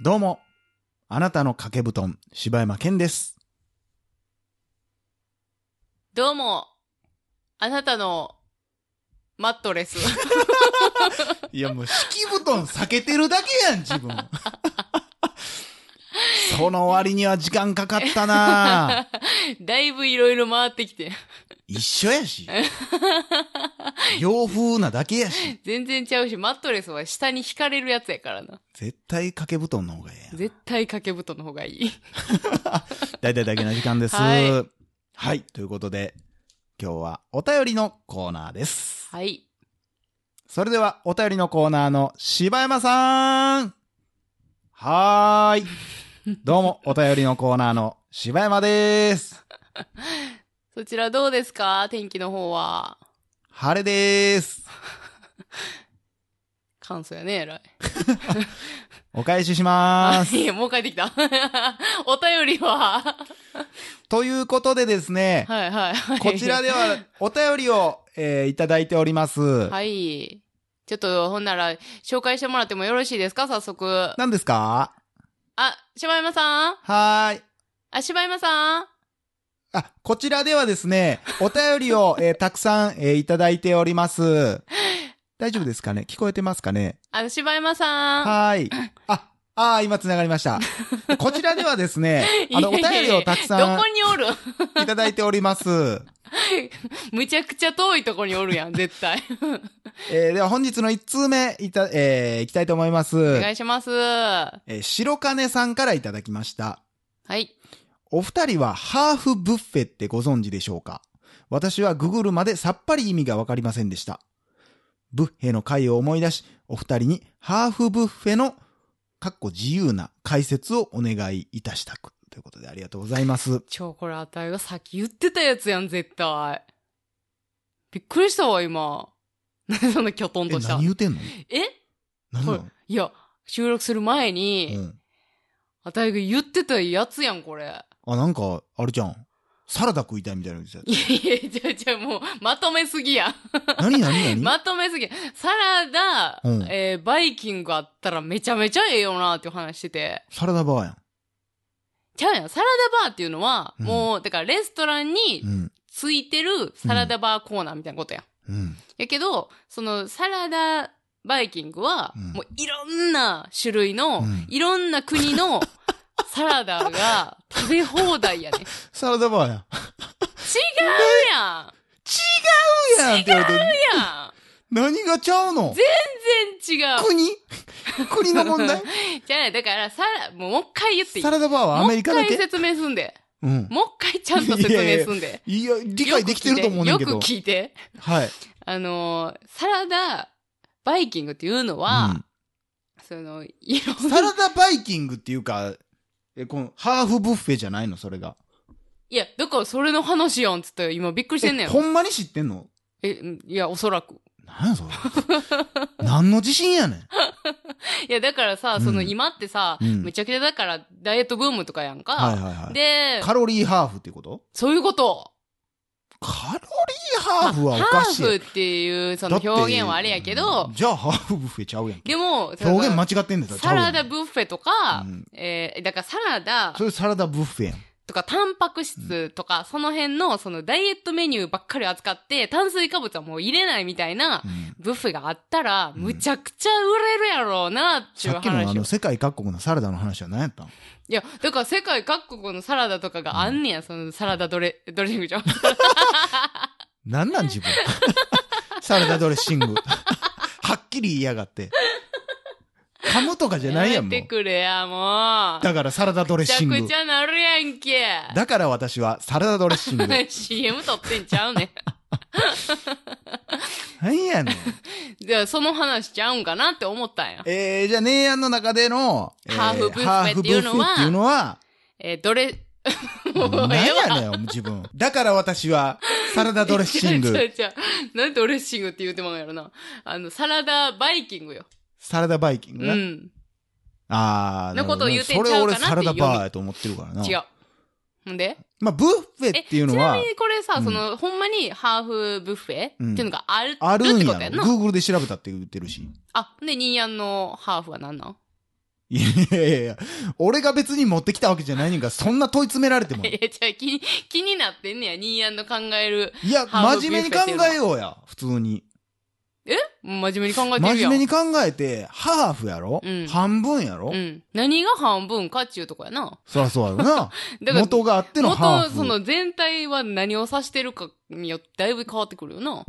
どうも、あなたの掛け布団、柴山健です。どうも、あなたのマットレス。 いやもう敷布団避けてるだけやん、自分。その割には時間かかったなだいぶいろいろ回ってきて。一緒やし。洋風なだけやし。全然ちゃうし、マットレスは下に引かれるやつやからな。絶対掛け布団の方がええやん。絶対掛け布団の方がいい。大体だけな時間です。は。はいということで、今日はお便りのコーナーです。はい。それでは、お便りのコーナーの柴山さんはーい。どうも、お便りのコーナーの柴山です。そちらどうですか天気の方は。晴れです。感想やね、えらい。お返ししまあ、す。いや、もう帰ってきた。 お便りは。ということでですね、はいはいはい。こちらではお便りを、えーいただいております。はい。ちょっと、ほんなら、紹介してもらってもよろしいですか早速。あ、何ですか柴山さんはーい。あ、柴山さんあ、こちらではですね、お便りを、えーたくさん、えーいただいております。大丈夫ですかね聞こえてますかねあの、柴山さん。はーい。あ、あー、今繋がりま した。こちらではですね、あの、おい便やいやいやりをたくさどこにおるんいただいております。むちゃくちゃ遠いとこにおる やん、絶対。えーでは本日の1通目、いた、えーいきたいと思いまおす。願いします。はえー白金さんからいただきました。い。お二人はハーフブッフェってご存知でしょうか私はググるまでさっぱり意味がわかりませんでした。ブッフェの回を思い出し、お二人にハーフブッフェのかっこ自由な解説をお願いいたしたく。ということでありがとうございます。ちょ、これあたいがさっき言ってたやつやん、絶対。びっくりしたわ、今。 なんでそんなきょとんえ、とした何。言うてんのえ何なこれの、いや、収録する前うに、ん、あたいが言ってたやつやん、これ。あ、なんか、あれじゃん。サラダ食いたいみたいなの言っていやいや、じゃあじゃあもう、まとめすぎやん。た。何何何、まとめすぎやん。サラダ、うんえーバイキングあったらめちゃめちゃええよなっていう話してて。サラダバーやちゃうやん。サラダバーっていうのは、うんもう、だからレストランん。うにん。ついてるサラダバーコーナーみたいなことやん。うん。やけど、そのサラダバイキングは、うんもういろんな種類の、うんいろんな国 のサラダが食べ放題やね。違うサラダバーやん。違うやんっやて言われて、ん。やん。何がちゃうの全然違う。国国 の問題じゃあ、だから、サラ、もうもう一回言っていいサラダバーはアメリカだもう一け回説明すんで。うん。もう一回ちゃんと説明すんで。いや、理よく聞解いできてると思うねんけどよく。聞いて。はい。あのーサラダバイキングっていうのは、その、いろうんんな、サラダバイキングっていうか、え、この、ハーフブッフェじゃないのそれが。いや、だからそれの話やんっつって今びっくりしてんねえん。ほんまに知ってんのえ、うんいや、おそらく。なんや それ。何の自信やねん。いや、だからさ、そうのん今ってさ、うんめちゃくちゃだからダイエットブームとかやんか。はいはいはい。で、カロリーハーフっていうことそういうこと。カロリーハーフはおハかしい。ーフっていうそだのって表現はあれやけど、じゃあハーフブッフェちゃうやん。でも、表現間違ってんだよ。サラちゃダうやんブッフェとか、うんえーだからサラダそれサラダブッフェやん。とかタンパク質とか、その辺のそのダイエットメニューばっかり扱って、炭水化物はもう入れないみたいなうんブッフェがあったら、うんむちゃくちゃ売れるやろうな、っていうさっきのあ話をの、。世界各国のサラダの話は何やったんいや、だから世界各国のサラダとかがあんねや、そのサラダドレ、ドレッシングじゃん。なんなん 自分。サラダドレッシング。はっきり言いやがって。噛むとかじゃないやん、もめてう。くれや、もう。だからサラダドレッめちシゃングく。ちゃなるやんけ。だから私はサラダドレッシング。 CM 撮ってんちゃうね何やねん。ん。じゃあ、その話ちゃうんかなって思ったんや。えー、じゃあ、姉案の中での、えハーフブッフェっていうのハーフブッフはェっていうのは、えー、どれ、もう何ええわやねん、自分。だから私は、サラダドレッシン 違う違グ、う違うなんでドレッシングって言うてもんやろな。あの、サラダバイキングよ。サラダバイキングうな。ん。あー、なるほどのことを言うてんちゃうかなってそれ俺サラダバーやと思ってるからな。違う。ほんでまあ、ブッフェっていうのはえちなみにこれさ、うんその、ほんまにハーフブッフェ、うんっていうのがあるあるっんてやことやんろ。な。 Google で調べたって言ってるし。あ、で、ニーヤンのハーフは何なん いやいやいや、俺が別に持ってきたわけじゃないねんから、そんな問い詰められ ても。いいや、じゃあ気に、気になってんねや、ニーヤンの考える。や、ハーフ真面目に考えようや、普通に。真面目に考えて真るや面目ん。に考えて、ハーフやろ、うん半分やろ、うん。何が半分かっちゅうとこやな。そりゃそうやろな。だから、元があってのハー元、フ。その全体は何を指してるかによってだいぶ変わってくるよな。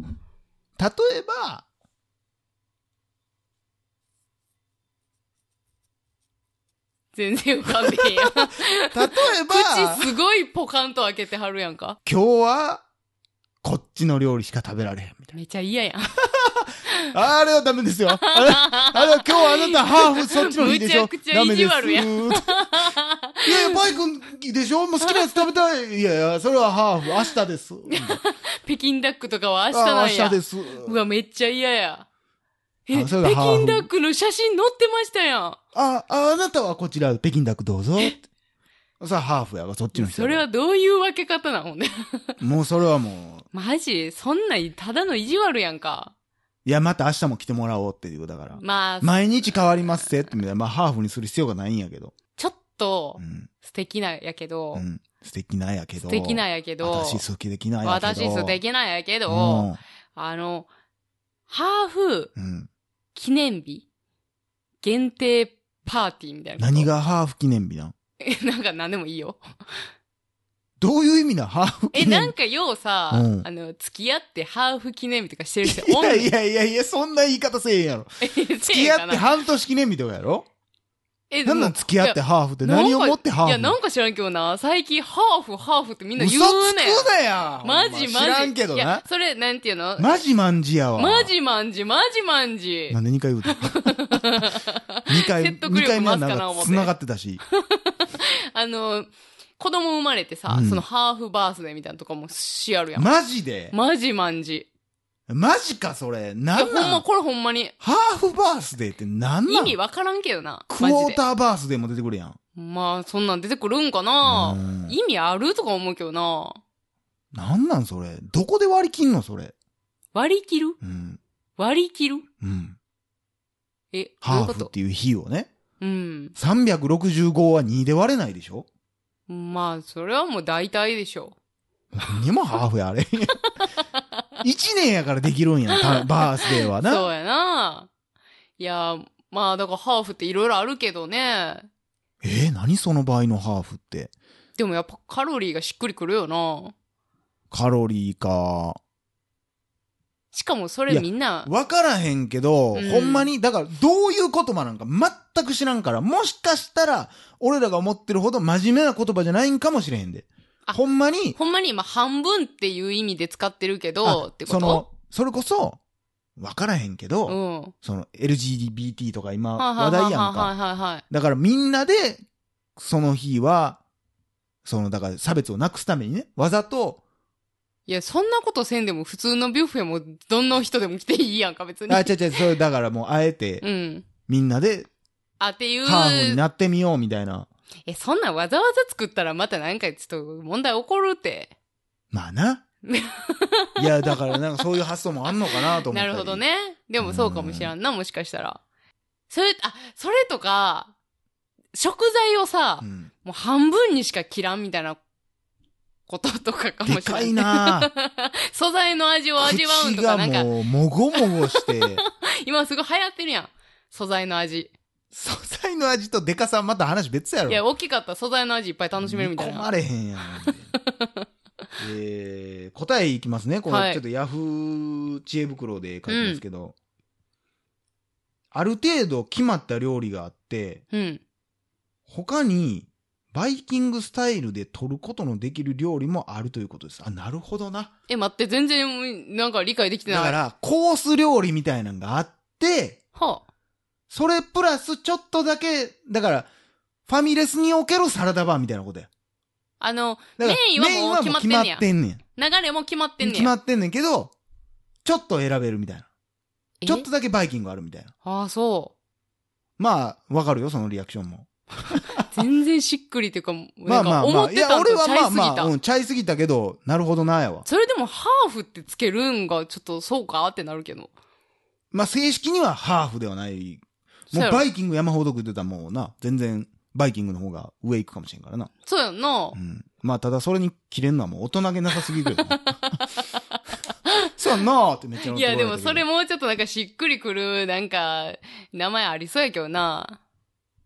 例えば、全然浮かんでへんや ん。例えば、 口すごいポカンと開けてはるやんか。今日は、こっちの料理しか食べられへんみたいめちゃ嫌やん。 な。あれはダメですよ。あれ、あれは今日はあなたハーフそっちのいいでしょむちゃくちゃ意地悪やダメ ですいやいや、パイ君でしょもう好きなやつ食べたい。いやいや、それはハーフ。明日です。北京ダックとかは明日あなん明や日。です。うわ、めっちゃ嫌や。え、あ北それがハーフ京ダックの写真載ってましたやん。あ、ああなたはこちら、北京ダックどうぞ。さあ、ハーフやわ、そっちの人そやれわ。はどういう分け方なのね。もうそれはもう、マジそんなん、ただの意地悪やんか。いや、また明日も来てもらおうっていう、だから。まあ、毎日変わりますせって、みたいな。まあ、ハーフにする必要がないんやけど。ちょっとう、ん。素敵なんやけど、うん。素敵なんやけど。素敵なんやけど、私素敵なんやけど。私素敵なんやけど、あの、ハーフうん。うん。記念日限定パーティーみたいな。何がハーフ記念日なんえ、 なんか何でもいいよ。どういう意味なんハーフえ、記な念ん日かようさ、うんあの、付き合ってハーフ記念日とかしてる人いおんねやん、いやいやいや、そんな言い方せえへんやろ。え せえへんかな、付き合って半年記念日とかやろえ、なんなんもう付き合ってハーフって何をもってハーいフや、なんか知らんけどな、最近ハーフ、ハーフってみんな言嘘うつねん。くなやマジマジ。知らんけどいやな。それ、なんていうのマジマンジやわ。マジマンジ、マジマンジな。んで2回言うた ?2 回、説得力二回目はなん増すかなか思って繋がってたし。あの、子供生まれてさ、うんそのハーフバースデーみたいなとかもしやるやん。マジでマジマンジ。マジかそれ。いなや、んほんなま、んこれほんまに、ハーフバースデーってなん意なん味わからんけどな。クマジでォーターバースデーも出てくるやん。まあ、そんなん出てくるんかな、うん意味あるとか思うけどな。なんなんそれ。どこで割り切んのそれ。割り切るうん。割り切るうん。え、どういハうーこフっとていう日をね。うん。 365は2で割れないでしょまあ、それはもう大体でしょ何もハーフやあれ。1年やからできるんやん、たバースデーはう。な。そうやな。いや、まあ、だからハーフっていろいろあるけどね。えー何その場合のハーフって。でもやっぱカロリーがしっくりくるよな。カロリーか。しかもそいれやみんな、わからへんけど、うんほんまに、だからどういう言葉なんか全く知らんから、もしかしたら、俺らが思ってるほど真面目な言葉じゃないんかもしれへんで。あほんまに、ほんまに今半分っていう意味で使ってるけど、あってことその、それこそ、わからへんけど、うん。その LGBT とか今はい話題やんはいか。はいはいはいはい。だからみんなで、その日は、その、だから差別をなくすためにね、わざと、いや、そんなことせんでも普通のビュッフェもどんな人でも来ていいやんか、別にあ、。違う違う、それだからもうあえてう、ん。みんなであ、っていう。ハーフになってみようみたいな。え、そんなんわざわざ作ったらまたなんかちょっと問題起こるって。まあ な。いや、だからなんかそういう発想もあんのかなと思っなたりるほど。ね。でもそうかもしらんな、もしかしたら。それ、あ、それとか、食材をさ、うん、もう半分にしか切らんみたいなこととかかもでしれなかい。いな 素材の味を味わうん口とか、がなんか、もう、もごもご して、今すごい流行ってるやん。素材の味。素材の味とでかさまた話別やろ。いや、大きかったら素材の味いっぱい楽しめるみたい見な。込まれへんやん。えー、答えいきますね。こはれいちょっとヤフー知恵袋で書いてますけど、ある程度決まった料理があって、うん。他にバイキングスタイルで取ることのできる料理もあるということです。あ、なるほどな。え、待って、全然、なんか理解できてだなかい。はら、コース料理みたいなのがあって、あ。それプラスちょっとだけ、だから、ファミレスにおけるサラダバーみたいなことや。あの、だからメインはもう決まってんねやんねん。流れも決まってんねん。決まってんねんけど、ちょっと選べるみたいな。えちょっとだけバイキングあるみたいな。ああ、そまあ、わかるよ、そのリアクションも。う。全然しっくりっていう か、まなあんまかあま思あ。っいてや、たん俺とはちゃいまあすぎまあ、うた。ん、ちゃいすぎたけど、なるほどなやわ。それでもハーフってつけるんがちょっとそうかってなるけど。まあ正式にはハーフではない。そうもやうろバイキング山ほど食ってたらもうな、全然バイキングの方が上行くかもしれんからな。そうやんなう。ん。まあただそれに切れるのはもう大人げなさすぎるよ な。そうやんなーってめっちゃい思ってや、怒でらもれたけそれどもうちょっとなんかしっくりくる、なんか、名前ありそうやけどな。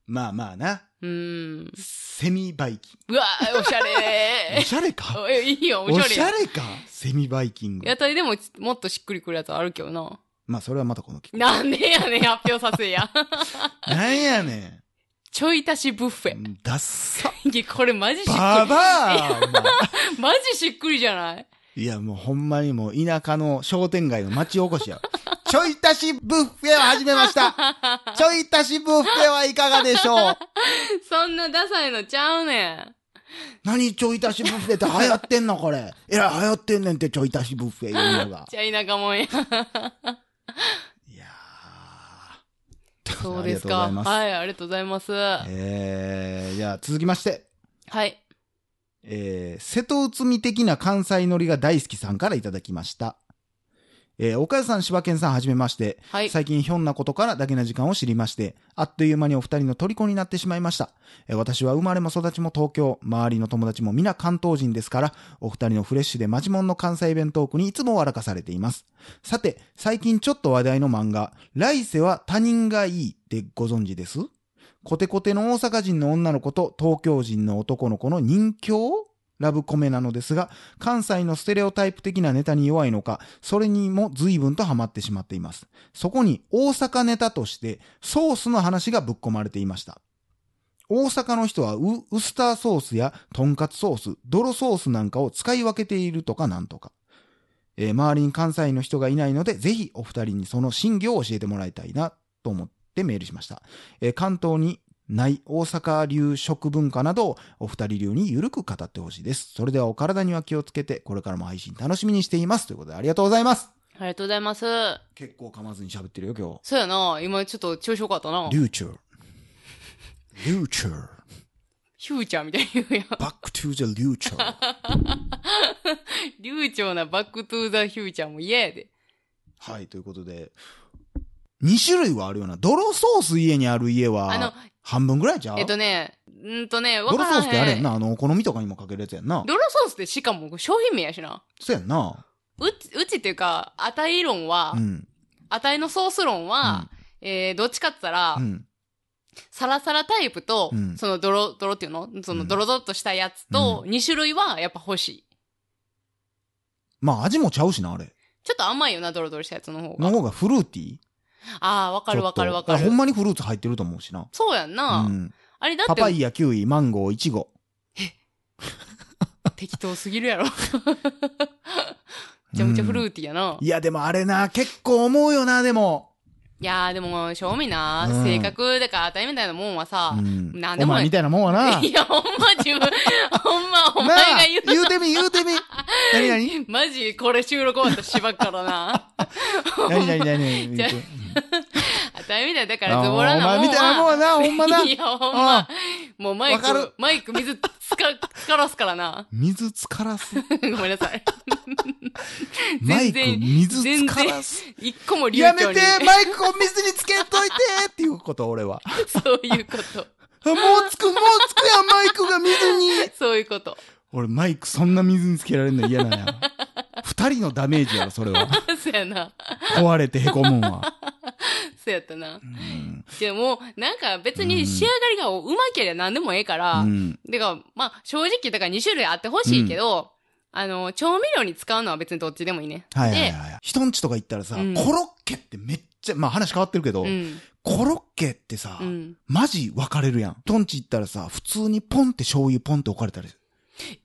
まあまあな。うん。セミバイキンうわ ー、おしゃグ。お れしゃれーかおいいよ、おおししゃゃれ。れかセミバイキング屋。台でももっとしっくりくるやつあるけどな。まあそれはまたこの機会。なんでやねん、発表させ や。なんやねちょい足しブッフェ。ん。ダッサ。いやこれマジしっくババアお前 り。マジしっくりじゃないいや、もうほんまにもう田舎の商店街の町おこしや。 ちょい足しブッフェを始めました。ちょい足しブッフェはいかがでしょうそんなダサいのちゃうねん。何ちょい足しブッフェって流行ってんのこれ。えらい流行ってんねんってちょい足しブッフェいうのが。ちゃい田舎もんや。いやー。そうですありがか。とうございます。はい、ありがとうございます。はえー、じゃあ続きまして。い。えー瀬戸内海的な関西乗りが大好きさんからいただきました。えー岡谷さん、柴犬さん、はじめまして。はい。最近ひょんなことからだけな時間を知りまして、あっという間にお二人の虜になってしまいました。えー私は生まれも育ちも東京、周りの友達も皆関東人ですから、お二人のフレッシュでマジモンの関西弁トークにいつも笑かされています。さて、最近ちょっと話題の漫画、来世は他人がいいでご存知ですコテコテの大阪人の女の子と東京人の男の子の人形ラブコメなのですが、関西のステレオタイプ的なネタに弱いのか、それにも随分とハマってしまっています。そこに大阪ネタとしてソースの話がぶっ込まれていました。大阪の人はウウスターソースやトンカツソース、泥ソースなんかを使い分けているとかなんとか。えー周りに関西の人がいないので、ぜひお二人にその真偽を教えてもらいたいなと思ってメールしました。えー関東にない大阪流食文化などをお二人流にゆるく語ってほしいです。それではお体には気をつけて、これからも配信楽しみにしています。ということでありがとうございます。ありがとうございます。結構噛まずに喋ってるよ、今日。そうやな。今ちょっと調子よかったな。フリューチャー。リューチャー。ューチャーみたいに言うやん。バックトゥザリューチャ ー。流暢なバックトゥーザフューチャーも嫌やで。はい、ということで。2種類はあるよな。泥ソース家にある家あのは、、半分ぐらいじゃうえっとね、んーとね、わ泥からソースってあれへやんん。な。あの、お好みとかにもかけるやつやんな。ドロソースってしかも商品名やしな。そうやんな。うち、うちっていうか、値論はう、ん。値のソース論は、えー、どっちかって言ったら、うん。サラサラタイプと、うんそのドロ、ドロっていうのそうのんドロドロっとしたやつと、2種類はやっぱ欲しい。まあ、味もちゃうしな、あれ。ちょっと甘いよな、ドロドロしたやつの方が。の方がフルーティー。ああ、わかるわかるわちょっとだからほんる。まにフルーツ入ってると思うしな。そうやんな。うん。あれだパっパてイヤ、キウイ、マンゴー、イチゴ。適当すぎるやろ。め ちゃめちゃフルーティーやな。いや、でもあれな、結構思うよな、でも。いやーでも、正味な、うん性格だから値みたいなもんはさう、ん。なんでおもない前みたいなもんはな。 いや、ほんま自分、ほんま、おな前あが言う。言うてみ、言うてみ。なにな にマジ、これ収録終わったらしばっからな。なになになにじゃあ言うて値みたいだかあらズボラなお前もんは。みたいなもんはな、ほんまな。 いや、ほんま。もうマイわかクる、。マイク水つか、つからすからな 水つからす。ごめんなさい。マイ全ク、然水つからす。一個も流暢やに。めて、マイクを水につけといてっていうこと、俺は。あ そういうこと。もうつく、もうつくやん、マイクが水に。そういうこと。 俺、マイクそんな水につけられるの嫌なんや。二人のダメージやろ、それは。そうやな。壊れてへこむんは。そうやったなう。ん。でも、なんか別に仕上がりがうまければ何でもええから、うんてか、まあ、正直、だから2種類あってほしいけど、あの、調味料に使うのは別にどっちでもいいね。はいはいはい。人んちとか行ったらさ、うんコロッケってめっちゃ、まあ話変わってるけど、で、うん。コロッケってさ、うん。マジ分かれるやん。トンチ行ったらさ、普通にポンって醤油ポンって置かれたりす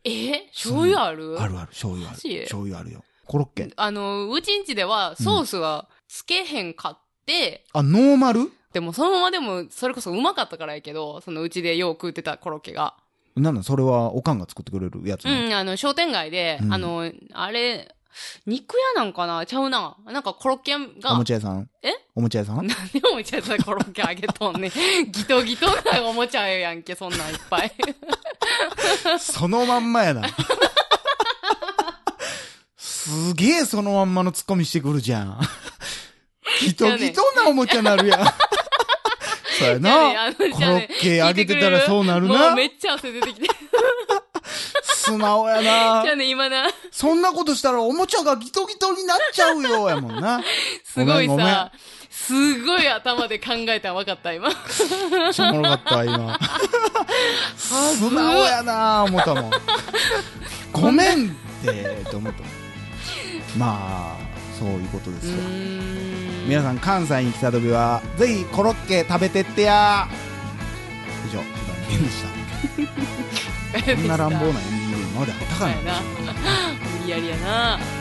え醤油あるる。あるある、醤油あマジる。醤油あるよ。コロッケ。あの、うちんちではソースはつけへんかって、あ、ノーマルでもそのままでも、それこそうまかったからやけど、そのうちでよう食うてたコロッケが。なんだ、それはおかんが作ってくれるやつうなの。ん、あの、商店街で、うんあの、あれ、肉屋なんかなちゃうな。なんかコロッケおがも、ちゃ屋さんえおもちゃ屋さん 何でおもちゃやったらコロッケあげとんね ん。ギトギトなおもちゃやんけ、そんなんいっぱい。そのまんまやな。すげえそのまんまのツッコミしてくるじゃん。ギトギトなおもちゃなるや ん。そうやじゃあねな。あのコロじゃあねッケあげてたらそうなるもうなめ。っちゃ汗 出てきて。じ素直やなゃ。あね、今な、そんなことしたらおもちゃがギトギトになっちゃうよ、やもんな。すごいごめんごめんさ、すごい頭で考えたら分かった、今。めっちゃおもろかったわ今素直やなあ思ったもんごめんってと思ったもんまあそういうことですよ 皆さん関西に来た時はぜひコロッケ食べてってや以上柴犬でしたさこんな乱暴なな MV 今まであったかそうなやな。無理やりやな。